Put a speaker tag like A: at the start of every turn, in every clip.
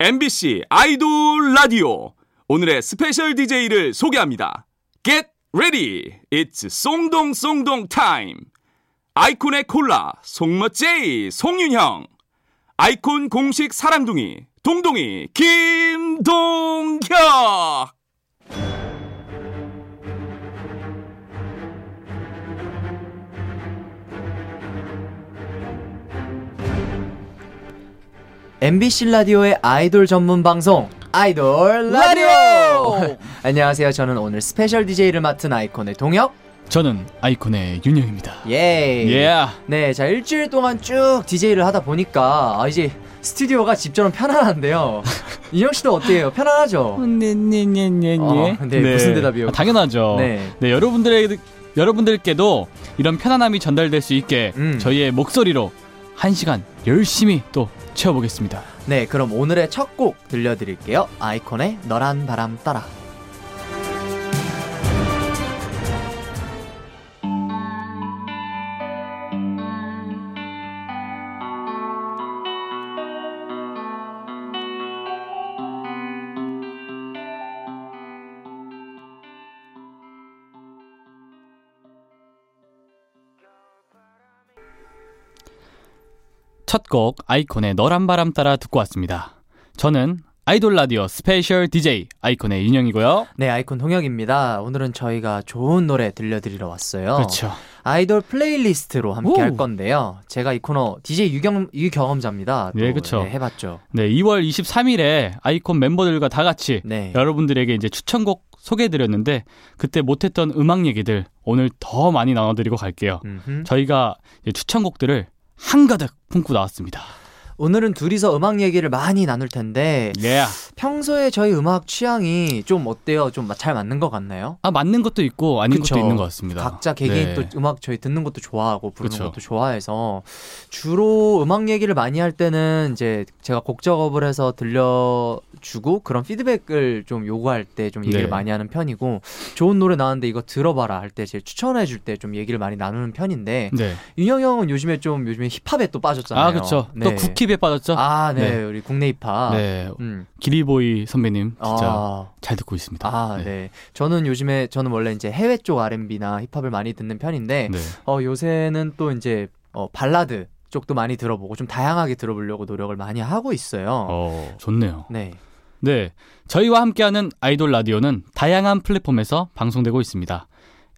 A: MBC 아이돌 라디오 오늘의 스페셜 DJ를 소개합니다. Get ready, it's 송동 송동 타임. 아이콘의 콜라 송멋제이 송윤형 아이콘 공식 사랑둥이 동동이 김동혁.
B: MBC 라디오의 아이돌 전문 방송 아이돌 라디오.
C: 라디오!
B: 안녕하세요. 저는 오늘 스페셜 DJ를 맡은 아이콘의 동혁.
C: 저는 아이콘의 윤영입니다.
B: 예.
C: 예.
B: 네, 자 일주일 동안 쭉 DJ를 하다 보니까 아, 이제 스튜디오가 집처럼 편안한데요. 인형 씨도 어때요? 편안하죠?
C: 네, 네네네네. 아,
B: 어, 근데 무슨 대답이에요?
C: 당연하죠.
B: 네.
C: 네. 여러분들의 여러분들께도 이런 편안함이 전달될 수 있게
B: 음.
C: 저희의 목소리로 한 시간 열심히 또 채워보겠습니다.
B: 네, 그럼 오늘의 첫 곡 들려드릴게요. 아이콘의 너란 바람 따라.
C: 첫 곡 아이콘의 너란 바람 따라 듣고 왔습니다. 저는 아이돌 라디오 스페셜 DJ 아이콘의 윤영이고요.
B: 네, 아이콘 동혁입니다. 오늘은 저희가 좋은 노래 들려드리러 왔어요.
C: 그렇죠.
B: 아이돌 플레이리스트로 함께
C: 오.
B: 할 건데요. 제가 이 코너 DJ 유경 유경험자입니다. 또,
C: 네, 그쵸.
B: 네, 해봤죠.
C: 네, 2월 23일에 아이콘 멤버들과 다 같이
B: 네.
C: 여러분들에게 이제 추천곡 소개해드렸는데 그때 못했던 음악 얘기들 오늘 더 많이 나눠드리고 갈게요.
B: 음흠.
C: 저희가 이제 추천곡들을 한가득 품고 나왔습니다.
B: 오늘은 둘이서 음악 얘기를 많이 나눌 텐데
C: 예.
B: 평소에 저희 음악 취향이 좀 어때요? 좀 잘 맞는 것 같나요?
C: 아 맞는 것도 있고 아닌
B: 그쵸.
C: 것도 있는 것 같습니다.
B: 각자 개개인
C: 네.
B: 또 음악 저희 듣는 것도 좋아하고 부르는
C: 그쵸.
B: 것도 좋아해서 주로 음악 얘기를 많이 할 때는 이제 제가 곡 작업을 해서 들려주고 그런 피드백을 좀 요구할 때 좀 얘기를
C: 네.
B: 많이 하는 편이고 좋은 노래 나왔는데 이거 들어봐라 할 때 제일 추천해 줄 때 좀 얘기를 많이 나누는 편인데
C: 네.
B: 윤영 형은 요즘에 좀 요즘에 힙합에 또 빠졌잖아요. 네.
C: 아 그렇죠. 또 국힙에 빠졌죠.
B: 아, 네.
C: 네.
B: 우리 국내 힙합.
C: 네.
B: 음.
C: 기리보이 선배님 진짜
B: 아.
C: 잘 듣고 있습니다.
B: 아, 네. 저는 요즘에 저는 원래 이제 해외 쪽 R&B나 힙합을 많이 듣는 편인데
C: 네.
B: 어 요새는 또 이제 어 발라드 쪽도 많이 들어보고 좀 다양하게 들어보려고 노력을 많이 하고 있어요.
C: 어 좋네요.
B: 네.
C: 네. 저희와 함께하는 아이돌 라디오는 다양한 플랫폼에서 방송되고 있습니다.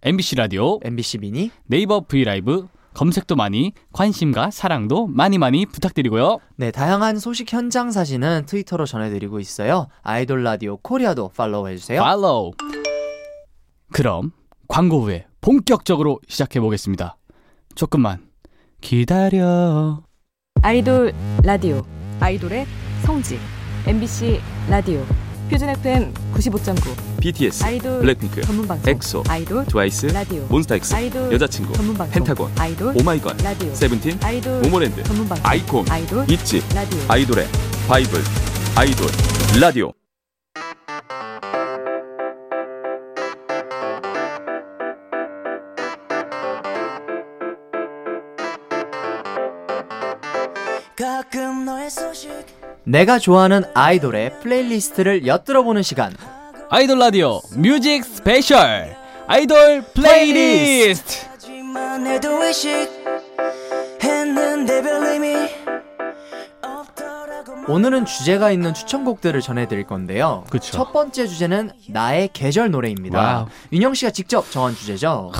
C: MBC 라디오,
B: MBC 미니.
C: 네이버 브이라이브 검색도 많이 관심과 사랑도 많이 많이 부탁드리고요.
B: 네, 다양한 소식 현장 사진은 트위터로 전해 드리고 있어요. 아이돌 라디오 코리아도 팔로우해
C: 네.
B: 주세요.
C: 팔로우. 그럼 광고 후에 본격적으로 시작해 보겠습니다. 조금만 기다려.
D: 아이돌 라디오 아이돌의 성지 MBC 라디오 표준 FM 95.9
A: BTS,
D: 아이돌
A: 블랙핑크,
D: 전문 방송
A: 예, 엑소,
D: 아이돌
A: 트와이스,
D: 라디오
A: 몬스타엑스,
D: 아이돌
A: 여자친구,
D: 전문 방송
A: 펜타곤,
D: 아이돌
A: 오마이걸,
D: 라디오
A: 세븐틴,
D: 아이돌
A: 모모랜드,
D: 전문 방송
A: 아이콘,
D: 아이돌
A: 있지,
D: 라디오
A: 아이돌의 바이블, 아이돌, 라디오.
B: 내가 좋아하는 아이돌의 플레이리스트를 엿들어 보는 시간.
C: 아이돌 라디오 뮤직 스페셜 아이돌 플레이리스트.
E: 하지만 해도 의식 했는데 별 의미 없더라고
B: 오늘은 주제가 있는 추천곡들을 전해드릴 건데요.
C: 그쵸.
B: 첫 번째 주제는 나의 계절 노래입니다.
C: 와우.
B: 윤영 씨가 직접 정한 주제죠.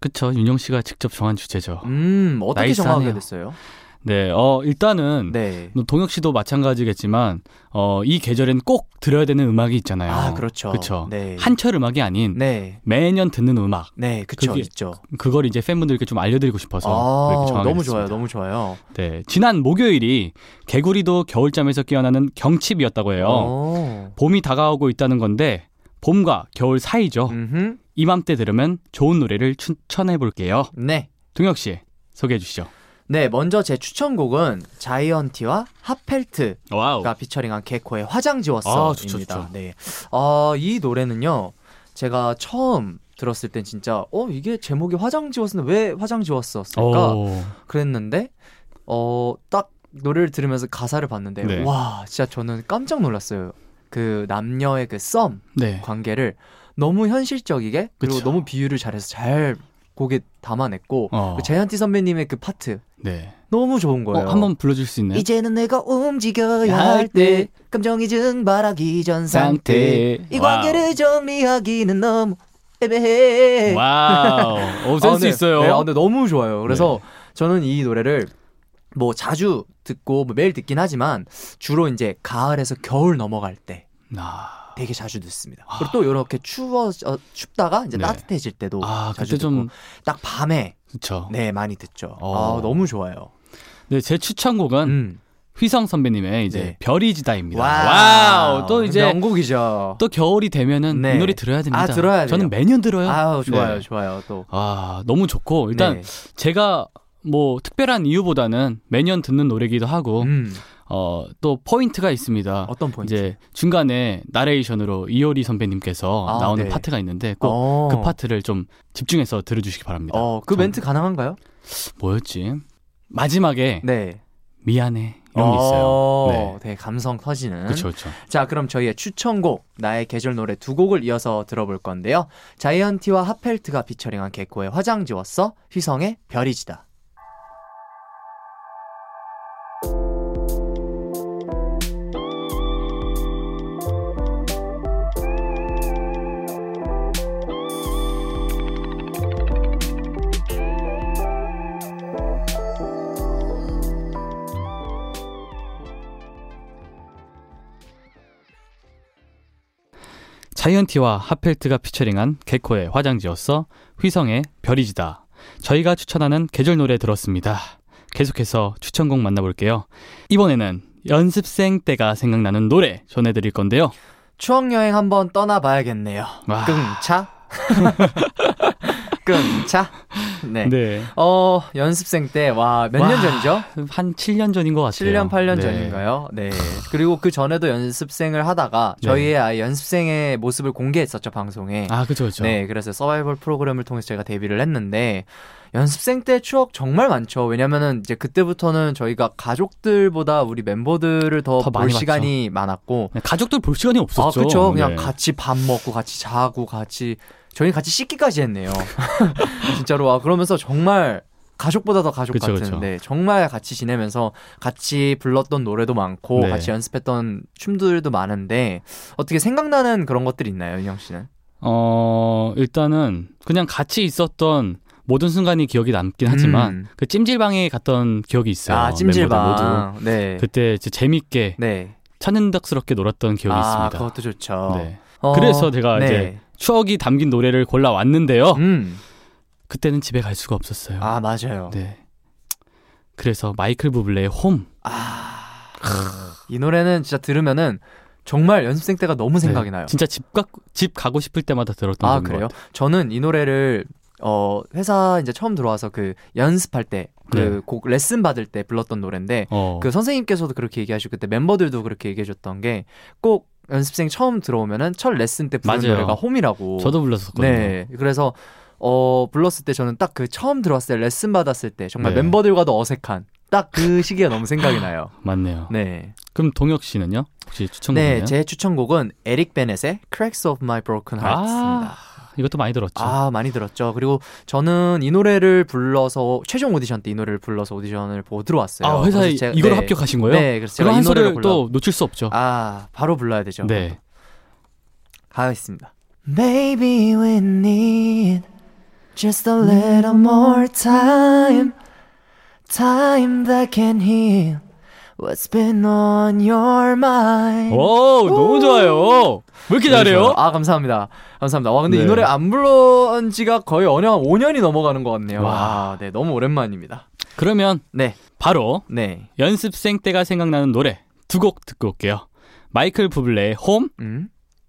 C: 그쵸 윤영 씨가 직접 정한 주제죠.
B: 음 어떻게
C: 나이스하네요.
B: 정하게 됐어요?
C: 네. 어 일단은
B: 네.
C: 뭐 동혁 씨도 마찬가지겠지만 어, 이 계절엔 꼭 들어야 되는 음악이 있잖아요.
B: 아 그렇죠.
C: 그쵸.
B: 네.
C: 한철 음악이 아닌
B: 네.
C: 매년 듣는 음악
B: 네, 그쵸,
C: 그게
B: 있죠.
C: 그걸 이제 팬분들께 좀 알려드리고 싶어서
B: 아,
C: 이렇게 정하게
B: 너무
C: 됐습니다.
B: 좋아요, 너무 좋아요.
C: 네, 지난 목요일이 개구리도 겨울잠에서 깨어나는 경칩이었다고 해요.
B: 어.
C: 봄이 다가오고 있다는 건데 봄과 겨울 사이죠.
B: 음,
C: 이맘때 들으면 좋은 노래를 추천해 볼게요.
B: 네,
C: 동혁 씨 소개해 주시죠.
B: 네, 먼저 제 추천곡은 자이언티와 핫펠트
C: 와우.
B: 가 피처링한 개코의 화장 지웠어입니다.
C: 어. 아, 좋죠, 좋죠.
B: 네. 아, 이 노래는요. 제가 처음 들었을 땐 진짜 어, 이게
C: 어.
B: 제목이 화장 지웠는데 왜 화장 지웠었을까?
C: 오.
B: 그랬는데 어, 딱 노래를 들으면서 가사를 봤는데
C: 네.
B: 와 진짜 저는 깜짝 놀랐어요. 그 남녀의 그 썸
C: 네.
B: 관계를 너무 현실적이게 그리고
C: 그쵸.
B: 너무 비유를 잘해서 잘 곡에 담아냈고
C: 어.
B: 그 제한티 선배님의 그 파트
C: 네.
B: 너무 좋은
C: 어,
B: 거예요.
C: 한번 불러줄 수 있나요?
E: 이제는 내가 움직여야
C: 할
E: 할 때
C: 때
E: 감정이 증발하기 전 상태 이 관계를 정리하기는 너무 애매해
C: 와우. 오, 센스
B: 네.
C: 있어요. 네.
B: 네, 아, 근데 너무 좋아요. 그래서 저는 이 노래를 뭐 자주 듣고 뭐 매일 듣긴 하지만 주로 이제 가을에서 겨울 넘어갈 때
C: 아,
B: 되게 자주 듣습니다. 그리고 또 이렇게 추워 어, 춥다가 이제
C: 네.
B: 따뜻해질 때도
C: 아,
B: 자주 듣고
C: 그때 좀
B: 딱 밤에
C: 그렇죠. 네.
B: 네 많이 듣죠.
C: 어.
B: 아 너무 좋아요.
C: 네, 제 추천곡은
B: 음.
C: 휘성 선배님의 이제
B: 네.
C: 별이 지다입니다.
B: 와우.
C: 와우. 또 이제
B: 명곡이죠.
C: 또 겨울이 되면은
B: 네.
C: 이 노래 들어야 됩니다.
B: 아, 들어야 돼요.
C: 저는 매년 들어요.
B: 아우 좋아요,
C: 네.
B: 좋아요. 또
C: 아, 너무 좋고 일단
B: 네.
C: 제가 뭐 특별한 이유보다는 매년 듣는 노래기도 하고
B: 음,
C: 어, 또 포인트가 있습니다.
B: 어떤 포인트?
C: 아, 이제 중간에 나레이션으로 이효리 선배님께서
B: 아,
C: 나오는
B: 네.
C: 파트가 있는데 꼭 그
B: 어.
C: 파트를 좀 집중해서 들어주시기 바랍니다.
B: 어, 그
C: 전-
B: 멘트 가능한가요?
C: 뭐였지? 마지막에
B: 네.
C: 미안해 이런 게 있어요.
B: 어,
C: 네.
B: 되게 감성 터지는.
C: 그렇죠, 그렇죠.
B: 자, 그럼 저희의 추천곡 나의 계절 노래 두 곡을 이어서 들어볼 건데요. 자이언티와 하펠트가 피처링한 개코의 화장지웠어, 휘성의 별이 지다.
C: 자이언티와 하펠트가 피처링한 개코의 화장지였어 휘성의 별이지다. 저희가 추천하는 계절 노래 들었습니다. 계속해서 추천곡 만나볼게요. 이번에는 연습생 때가 생각나는 노래 전해드릴 건데요.
B: 추억 여행 한번 떠나봐야겠네요.
C: 와.
B: 끙차. 끙차. 네.
C: 네.
B: 어, 연습생 때, 와, 몇 년
C: 와,
B: 전이죠?
C: 한 7년 전인 것 같아요.
B: 7년, 8년
C: 네.
B: 전인가요? 네. 그리고 그 전에도 연습생을 하다가
C: 네.
B: 저희의 아예 연습생의 모습을 공개했었죠, 방송에.
C: 아, 그죠, 그죠.
B: 네, 그래서 서바이벌 프로그램을 통해서 제가 데뷔를 했는데 연습생 때 추억 정말 많죠. 왜냐면은 이제 그때부터는 저희가 가족들보다 우리 멤버들을 더
C: 더
B: 볼
C: 많이
B: 시간이 많았고
C: 가족들 볼 시간이
B: 아,
C: 없었죠.
B: 그쵸. 그냥
C: 네.
B: 같이 밥 먹고 같이 자고 같이 저희 같이 씻기까지 했네요. 진짜로 아 그러면서 정말 가족보다 더 가족
C: 그쵸,
B: 같은
C: 그쵸.
B: 네, 정말 같이 지내면서 같이 불렀던 노래도 많고
C: 네.
B: 같이 연습했던 춤들도 많은데 어떻게 생각나는 그런 것들이 있나요, 윤영 씨는?
C: 어, 일단은 그냥 같이 있었던 모든 순간이 기억이 남긴 하지만
B: 음.
C: 그 찜질방에 갔던 기억이 있어요.
B: 아
C: 멤버들 모두.
B: 찜질방. 네.
C: 그때 진짜 재밌게
B: 네.
C: 천연덕스럽게 놀았던 기억이
B: 아,
C: 있습니다.
B: 그것도 좋죠.
C: 네.
B: 어,
C: 그래서 제가 이제 추억이 담긴 노래를 골라 왔는데요.
B: 음.
C: 그때는 집에 갈 수가 없었어요.
B: 아, 맞아요.
C: 네. 그래서 마이클 부블레의 홈.
B: 아. 이 노래는 진짜 들으면은 정말 연습생 때가 너무 생각이
C: 네.
B: 나요.
C: 진짜 집, 가, 집 가고 싶을 때마다 들었던
B: 아,
C: 곡인 것
B: 그래요? 저는 이 노래를 어, 회사 이제 처음 들어와서 그 연습할 때 그
C: 네.
B: 곡 레슨 받을 때 불렀던 노래인데
C: 어.
B: 그 선생님께서도 그렇게 얘기하시고 그때 멤버들도 그렇게 얘기해 줬던 게 꼭 연습생 처음 들어오면은 첫 레슨 때 부르는
C: 맞아요.
B: 노래가 홈이라고.
C: 저도 불렀었거든요.
B: 네. 그래서 어 불렀을 때 저는 딱 그 처음 들어왔을 때 레슨 받았을 때 정말
C: 네.
B: 멤버들과도 어색한 딱 그 시기가 너무 생각이 나요.
C: 맞네요.
B: 네.
C: 그럼 동혁 씨는요? 혹시 추천곡 있나요?
B: 네, 제 추천곡은 에릭 베넷의 Cracks of My Broken Heart입니다.
C: 아, 이것도 많이 들었죠.
B: 아, 많이 들었죠. 그리고 저는 이 노래를 불러서 최종 오디션 때 이 노래를 불러서 오디션을 보고 들어왔어요.
C: 아, 회사에
B: 그래서 제가-
C: 이걸
B: 네.
C: 합격하신 거예요?
B: 네, 그래서
C: 그럼
B: 제가 이
C: 한
B: 노래를
C: 소절
B: 불러
C: 또 놓칠 수 없죠.
B: 아, 바로 불러야 되죠.
C: 네.
B: 가겠습니다.
E: Baby, we need just a little more time. Time that can heal what's been on your mind.
C: 음. 오, 너무 좋아요. 왜 이렇게 어, 잘해요?
B: 아 감사합니다. 감사합니다. 와 근데
C: 네.
B: 이 노래 안 불러온 지가 거의 언영 한 5년이 넘어가는 것 같네요.
C: 와.
B: 와, 네 너무 오랜만입니다.
C: 그러면
B: 네,
C: 바로
B: 네,
C: 연습생 때가 생각나는 노래 두 곡 듣고 올게요. 마이클 부블레의 홈,
B: 음,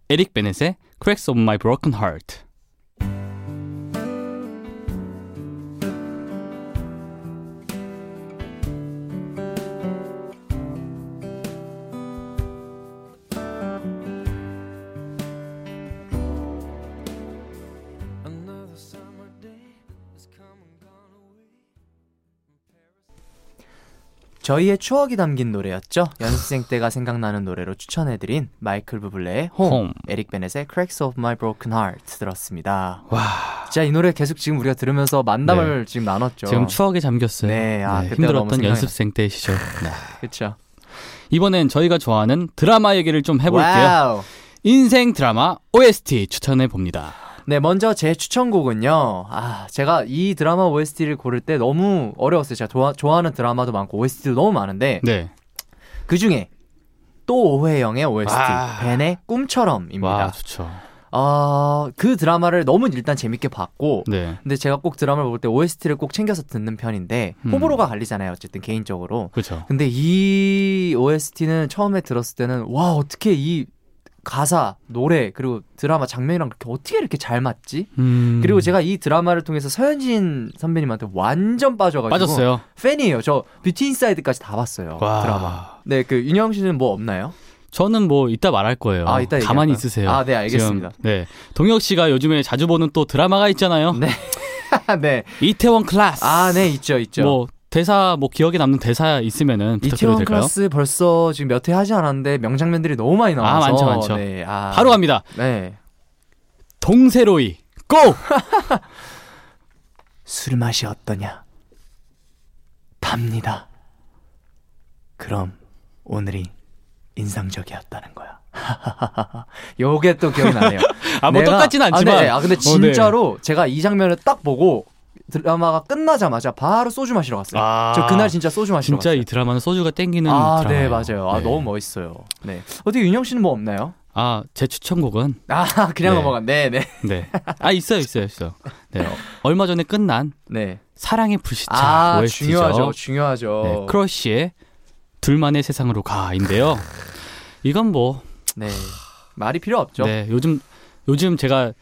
C: 에릭 베넷의 Cracks of My Broken Heart.
B: 저희의 추억이 담긴 노래였죠. 연습생 때가 생각나는 노래로 추천해드린 마이클 부블레의 홈,
C: 홈.
B: 에릭 베넷의 Cracks of My Broken Heart 들었습니다.
C: 와. 네.
B: 진짜 이 노래 계속 지금 우리가 들으면서 만남을 지금 나눴죠.
C: 지금 추억에 잠겼어요.
B: 네, 아, 그때가 너무
C: 힘들었던
B: 생각이
C: 연습생 때 시절. 네.
B: 그렇죠.
C: 이번엔 저희가 좋아하는 드라마 얘기를 좀 해볼게요. 인생 드라마 OST 추천해 봅니다.
B: 네, 먼저 제 추천곡은요. 아, 제가 이 드라마 OST를 고를 때 너무 어려웠어요. 제가 도와- 좋아하는 드라마도 많고 OST도 너무 많은데
C: 네.
B: 그 중에 또 오해영의 OST
C: 와.
B: 벤의
C: 아. 와,
B: 꿈처럼입니다.
C: 좋죠.
B: 어, 그 드라마를 너무 일단 재밌게 봤고
C: 네.
B: 근데 제가 꼭 드라마를 볼 때 OST를 꼭 챙겨서 듣는 편인데
C: 음.
B: 호불호가 갈리잖아요. 어쨌든 개인적으로.
C: 그렇죠.
B: 근데 이 OST는 처음에 들었을 때는 와 어떻게 이 가사, 노래 그리고 드라마 장면이랑 그렇게 어떻게 이렇게 잘 맞지?
C: 음.
B: 그리고 제가 이 드라마를 통해서 서현진 선배님한테 완전 빠져가지고
C: 빠졌어요.
B: 팬이에요. 저 뷰티 인사이드까지 다 봤어요.
C: 와.
B: 드라마. 네, 그 윤영 씨는 뭐 없나요?
C: 저는 뭐 이따 말할 거예요.
B: 아, 이따
C: 가만히
B: 얘기할까요?
C: 있으세요.
B: 아, 네, 알겠습니다.
C: 지금, 네. 동혁 씨가 요즘에 자주 보는 또 드라마가 있잖아요.
B: 네. 네.
C: 이태원 클라스.
B: 아, 네, 있죠, 있죠.
C: 뭐 대사 뭐 기억에 남는 대사 있으면은 부탁드려도
B: 이태원
C: 될까요?
B: 클라스 벌써 지금 몇 회 하지 않았는데 명장면들이 너무 많이 나와서
C: 아, 많죠, 많죠.
B: 네, 아,
C: 바로 갑니다.
B: 네.
C: 동세로이. 고!
B: 아, 술 맛이 어떠냐? 답니다. 그럼 오늘이 인상적이었다는 거야. 요게 또 기억나네요.
C: 아, 뭐
B: 내가-
C: 똑같진 않지만.
B: 아, 네. 아 근데
C: 어, 네.
B: 진짜로 제가 이 장면을 딱 보고 드라마가 끝나자마자 바로 소주 마시러 갔어요.
C: 아.
B: 저 그날 진짜 소주 마시러
C: 진짜
B: 갔어요.
C: 이 드라마는 소주가 땡기는
B: 아,
C: 드라마.
B: 네, 맞아요. 아, 너무 멋있어요. 네. 어떻게 윤영 씨는 뭐 없나요?
C: 아, 제 추천곡은
B: 아, 그냥
C: 네.
B: 넘어갔네. 네.
C: 네. 아 있어요, 있어요, 있어요. 네. 어, 얼마 전에 끝난
B: 네.
C: 사랑의 불시착
B: 아,
C: OST죠.
B: 중요하죠. 중요하죠.
C: 뭐 네, 크러쉬의 둘만의 세상으로 가인데요. 이건 뭐,
B: 네. 말이 필요 없죠.
C: 네, 요즘 요즘 제가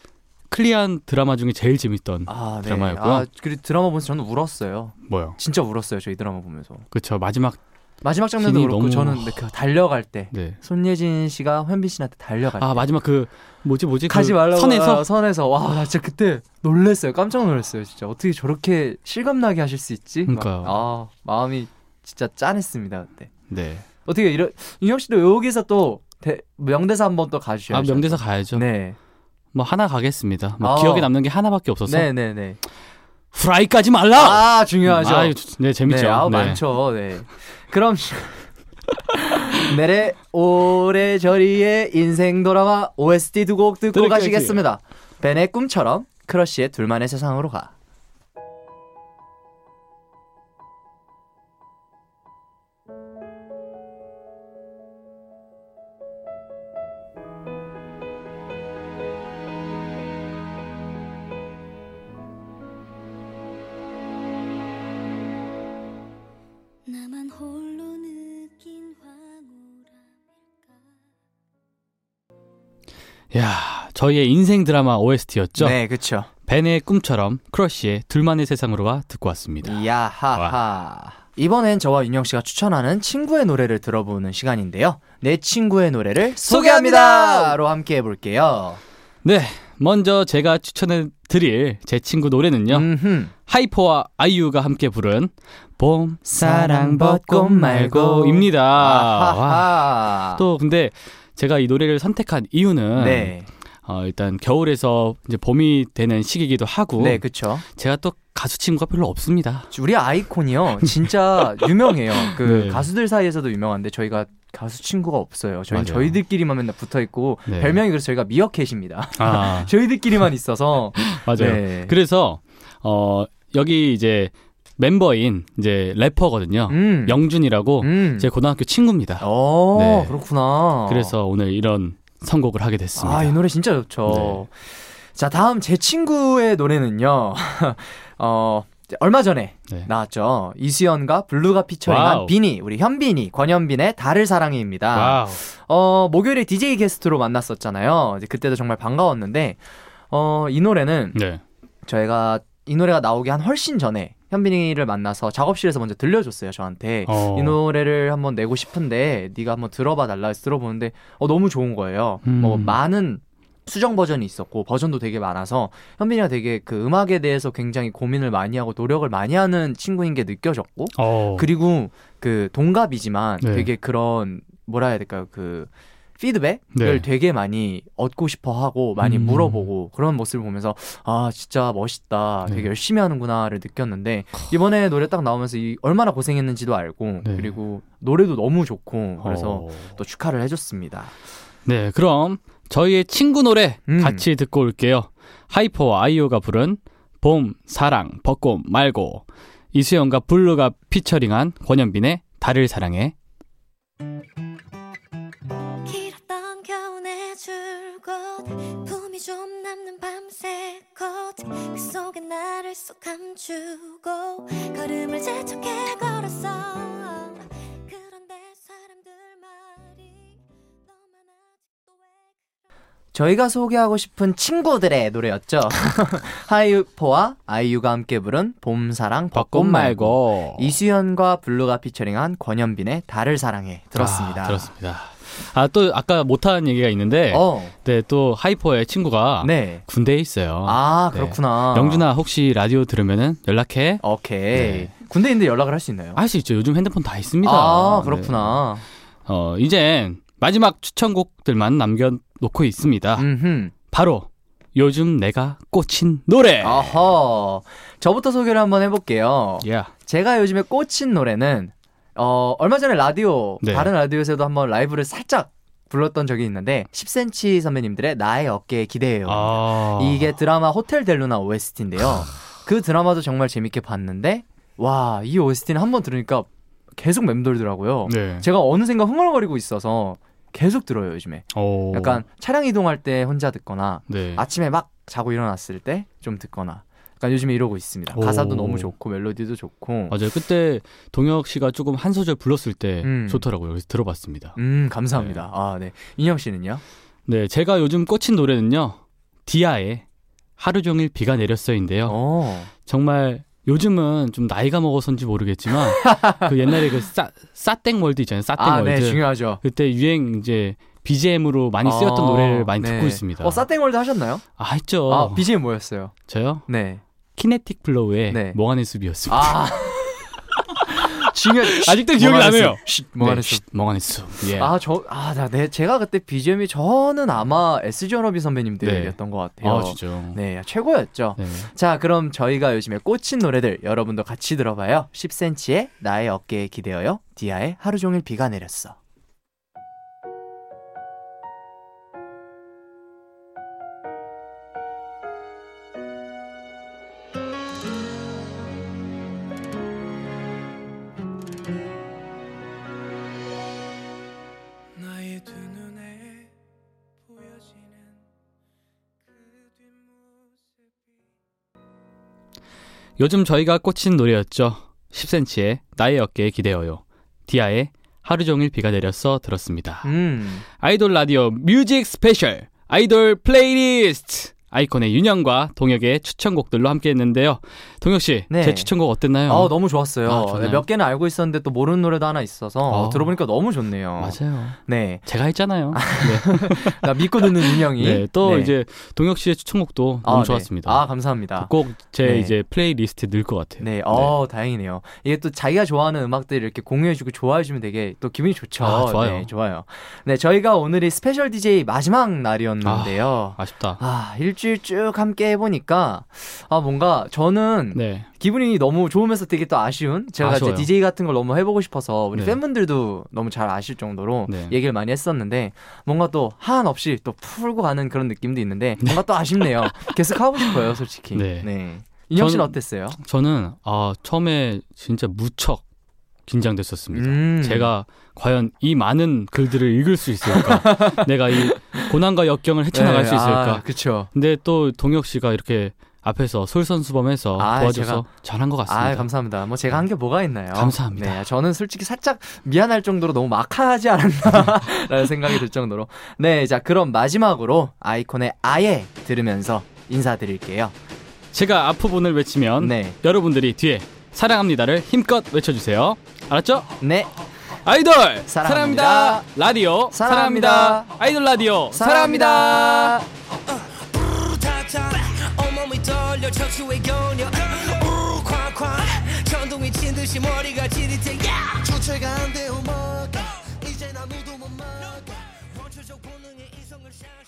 C: 클리한 드라마 중에 제일 재밌던
B: 아, 네.
C: 드라마였고요.
B: 아, 그리고 드라마 보면서 저는 울었어요.
C: 뭐요?
B: 진짜 울었어요. 저희 드라마 보면서.
C: 그쵸 마지막
B: 마지막 장면도
C: 힘이
B: 그렇고
C: 너무-
B: 저는 근데 그 달려갈 때
C: 네.
B: 손예진 씨가 현빈 씨한테 달려갈 때
C: 아 마지막 그 뭐지 뭐지 그
B: 네. 가지 말라고
C: 선에서
B: 아, 선에서 와, 나 진짜 그때 놀랬어요. 깜짝 놀랐어요. 진짜 어떻게 저렇게 실감나게 하실 수 있지? 막,
C: 그러니까요.
B: 아, 마음이 진짜 짠했습니다. 그때.
C: 네.
B: 어떻게 이런 윤혁 씨도 여기서 또 대, 명대사 한번 또 가주셔야죠.
C: 아 명대사 가야죠.
B: 네.
C: 뭐 하나 가겠습니다. 뭐
B: 아.
C: 기억에 남는 게 하나밖에 없어서
B: 네, 네, 네.
C: 후라이까지 말라.
B: 아, 중요하죠.
C: 아, 이거 주- 네 재밌죠.
B: 네, 아우
C: 네.
B: 많죠. 네. 그럼 내래 오래 저리의 인생 드라마 OST 두 곡 듣고
C: 들을게요,
B: 가시겠습니다. 벤의 꿈처럼 크러쉬의 둘만의 세상으로 가.
F: 나만 홀로 느낀 황홀함일까
C: 야 저희의 인생 드라마 OST였죠.
B: 네, 그렇죠.
C: 벤의 꿈처럼 크러쉬의 둘만의 세상으로가 듣고 왔습니다.
B: 야하하. 이번엔 저와 윤영 씨가 추천하는 친구의 노래를 들어보는 시간인데요. 내 친구의 노래를 소개합니다로 함께 해볼게요.
C: 네, 먼저 제가 추천해 드릴 제 친구 노래는요.
B: 음흠.
C: 하이퍼와 아이유가 함께 부른 봄
B: 사랑 벚꽃
C: 입니다.
B: 아,
C: 와,
B: 아하하.
C: 또 근데 제가 이 노래를 선택한 이유는
B: 네,
C: 어, 일단 겨울에서 이제 봄이 되는 시기이기도 하고
B: 네, 그렇죠.
C: 제가 또 가수 친구가 별로 없습니다.
B: 우리 아이콘이요 진짜 유명해요 그
C: 네.
B: 가수들 사이에서도 유명한데 저희가 가수 친구가 없어요 저희
C: 맞아요.
B: 저희들끼리만 맨날 붙어 있고
C: 네.
B: 별명이 그래서 저희가 미어캣입니다
C: 아,
B: 저희들끼리만 있어서
C: 맞아요.
B: 네.
C: 그래서 어, 여기 이제 멤버인 이제 래퍼거든요.
B: 음.
C: 영준이라고
B: 음.
C: 제 고등학교 친구입니다.
B: 어
C: 네.
B: 그렇구나
C: 그래서 오늘 이런 선곡을 하게 됐습니다.
B: 아 이 노래 진짜 좋죠
C: 네.
B: 자 다음 제 친구의 노래는요 어 얼마 전에
C: 네.
B: 나왔죠 이수연과 블루가 피처링한
C: 와우.
B: 비니 우리 현빈이 권현빈의 달을 사랑해입니다
C: 와우.
B: 어, 목요일에 DJ 게스트로 만났었잖아요. 이제 그때도 정말 반가웠는데, 어, 이 노래는
C: 네.
B: 저희가 이 노래가 나오기 한 훨씬 전에 현빈이를 만나서 작업실에서 먼저 들려줬어요, 저한테.
C: 어.
B: 이 노래를 한번 내고 싶은데 네가 한번 들어봐 달라 해서 들어보는데 어, 너무 좋은 거예요.
C: 음.
B: 뭐 많은 수정 버전이 있었고 버전도 되게 많아서 현빈이가 되게 그 음악에 대해서 굉장히 고민을 많이 하고 노력을 많이 하는 친구인 게 느껴졌고
C: 어.
B: 그리고 그 동갑이지만
C: 네.
B: 되게 그런 뭐라 해야 될까요 그 피드백을
C: 네.
B: 되게 많이 얻고 싶어 하고 많이
C: 음.
B: 물어보고 그런 모습을 보면서 아 진짜 멋있다 되게
C: 네.
B: 열심히 하는구나를 느꼈는데 이번에 노래 딱 나오면서 이 얼마나 고생했는지도 알고
C: 네.
B: 그리고 노래도 너무 좋고 그래서
C: 어.
B: 또 축하를 해줬습니다
C: 네, 그럼 저희의 친구 노래
B: 음.
C: 같이 듣고 올게요. 하이퍼와 아이오가 부른 봄, 사랑, 벚꽃 말고 이수연과 블루가 피처링한 권현빈의 달을 사랑해.
F: 길었던 겨우내 줄곧 품이 좀 남는 밤새 컷그 속에 나를 쏙 감추고 걸음을 재촉해 걸었어 그런데 사람들 말이 너만 아직도 왜
B: 저희가 소개하고 싶은 친구들의 노래였죠 하이퍼와 아이유가 함께 부른 봄사랑 벚꽃 말고
C: 어. 아,
B: 이수연과 블루가 피처링한 권현빈의 달을 사랑해 들었습니다.
C: 아, 들었습니다. 아, 또 아까 못한 얘기가 있는데,
B: 어,
C: 네, 또 하이퍼의 친구가
B: 네.
C: 군대에 있어요.
B: 아
C: 네.
B: 그렇구나.
C: 영준아 혹시 라디오 들으면은 연락해.
B: 오케이.
C: 네. 아,
B: 군대인데 연락을 할 수 있나요?
C: 할 수 있죠. 요즘 핸드폰 다 있습니다.
B: 아,
C: 네.
B: 그렇구나.
C: 어, 이젠 마지막 추천곡들만 남겨놓고 있습니다.
B: 음.
C: 바로 요즘 내가 꽂힌 노래.
B: 아. 어허. 저부터 소개를 한번 해볼게요.
C: 네. 예.
B: 제가 요즘에 꽂힌 노래는 어 얼마 전에 라디오
C: 네.
B: 다른 라디오에서도 한번 라이브를 살짝 불렀던 적이 있는데 10cm 선배님들의 나의 어깨에 기대해요.
C: 아.
B: 이게 드라마 호텔 델루나 OST인데요. 그 드라마도 정말 재밌게 봤는데 와, 이 OST는 한 번 들으니까 계속 맴돌더라고요.
C: 네.
B: 제가 어느샌가 흥얼거리고 있어서 계속 들어요, 요즘에.
C: 오.
B: 약간 차량 이동할 때 혼자 듣거나
C: 네.
B: 아침에 막 자고 일어났을 때 좀 듣거나 약간 요즘에 이러고 있습니다.
C: 오.
B: 가사도 너무 좋고 멜로디도 좋고.
C: 맞아요. 그때 동혁 씨가 조금 한 소절 불렀을 때
B: 음.
C: 좋더라고요. 그래서 들어봤습니다.
B: 음, 감사합니다. 아, 네. 인형 씨는요?
C: 네, 제가 요즘 꽂힌 노래는요. 디아의 하루 종일 비가 내렸어요인데요.
B: 어.
C: 정말 요즘은 좀 나이가 먹어서인지 모르겠지만 그 옛날에 그 싸, 싸땡월드 있잖아요.
B: 아, 네.
C: 싸땡월드.
B: 중요하죠.
C: 그때 유행 이제 BGM으로 많이 쓰였던
B: 어,
C: 노래를 많이
B: 네.
C: 듣고 있습니다.
B: 어, 싸땡월드 하셨나요?
C: 아, 했죠.
B: 아, BGM 뭐였어요?
C: 저요?
B: 네.
C: 키네틱 플로우의
B: 네.
C: 몽환의 숲이었습니다.
B: 아. 중요
C: 아직도 기억이 나네요.
B: 뭐
C: 네,
B: 하는 수.
C: 쉿, 몽환의 숲. 예.
B: 아, 저, 아, 나, 네, 제가 그때 BGM이 저는 아마 SG 워너비
C: 네.
B: 선배님들이었던 것 같아요.
C: 아, 진짜요.
B: 네, 최고였죠.
C: 네.
B: 자, 그럼 저희가 요즘에 꽂힌 노래들 여러분도 같이 들어봐요. 10cm의 나의 어깨에 기대어요. 디아의 하루 종일 비가 내렸어.
E: 나의 두 눈에 보여지는 그 뒷모습이
C: 요즘 저희가 꽂힌 노래였죠. 10cm의 나의 어깨에 기대어요. 디아의 하루 종일 비가 내렸어 들었습니다.
B: 음.
C: 아이돌 라디오 뮤직 스페셜 아이돌 플레이리스트 아이콘의 윤영과 동혁의 추천곡들로 함께했는데요. 동혁 씨,
B: 네.
C: 제 추천곡 어땠나요?
B: 어, 너무 좋았어요.
C: 아, 좋나요?
B: 네, 몇 개는 알고 있었는데 또 모르는 노래도 하나 있어서
C: 어.
B: 들어보니까 너무 좋네요.
C: 맞아요.
B: 네.
C: 제가 했잖아요.
B: 나 믿고 듣는 인형이.
C: 네. 네, 또
B: 네.
C: 이제 동혁 씨의 추천곡도
B: 아,
C: 너무
B: 네.
C: 좋았습니다. 그
B: 아, 감사합니다.
C: 꼭 제
B: 네.
C: 이제 플레이리스트 에 늘 것 같아요.
B: 네, 어, 다행이네요. 이게 또 자기가 좋아하는 음악들 이렇게 공유해주고 좋아해주면 되게 또 기분이 좋죠.
C: 아, 좋아요.
B: 네, 좋아요. 네, 저희가 오늘이 스페셜 DJ 마지막 날이었는데요. 아,
C: 아쉽다.
B: 일주일 쭉 함께 해보니까, 아, 뭔가 저는
C: 네.
B: 기분이 너무 좋으면서 되게 또 아쉬운? 제가
C: 아쉬워요.
B: 이제 DJ 같은 걸 너무 해보고 싶어서 우리
C: 네.
B: 팬분들도 너무 잘 아실 정도로
C: 네.
B: 얘기를 많이 했었는데 뭔가 또 하한 없이 또 풀고 가는 그런 느낌도 있는데 뭔가 또 아쉽네요. 계속 하고 싶어요, 솔직히.
C: 네.
B: 네. 인형 씨는
C: 저는-
B: 어땠어요?
C: 저는 아, 처음에 진짜 무척 긴장됐었습니다.
B: 음.
C: 그러니까 제가 과연 이 많은 글들을 읽을 수 있을까? 내가 이 고난과 역경을 헤쳐나갈
B: 네,
C: 수 있을까?
B: 그렇죠.
C: 근데 또 동혁 씨가 이렇게 앞에서 솔선수범해서
B: 아,
C: 도와줘서 잘한 것 같습니다.
B: 아 감사합니다. 뭐 제가 한 게 뭐가 있나요?
C: 감사합니다.
B: 네, 저는 솔직히 살짝 미안할 정도로 너무 막하지 않았나라는 생각이 들 정도로. 네, 자 그럼 마지막으로 아이콘의 아예 들으면서 인사드릴게요.
C: 제가 앞부분을 외치면
B: 네,
C: 여러분들이 뒤에 사랑합니다를 힘껏 외쳐주세요. 알았죠?
B: 네,
C: 아이돌
B: 사랑합니다.
C: 사랑합니다. 라디오
B: 사랑합니다.
C: 아이돌 라디오
B: 사랑합니다.
E: 이걸 척추에 겨우냐 우 쾅쾅 천둥 미친 듯이 머리가 지릿해 야 주체가 안 돼요 뭐가 이젠 아무도 못 막아 원초적 본능의 이성을 샤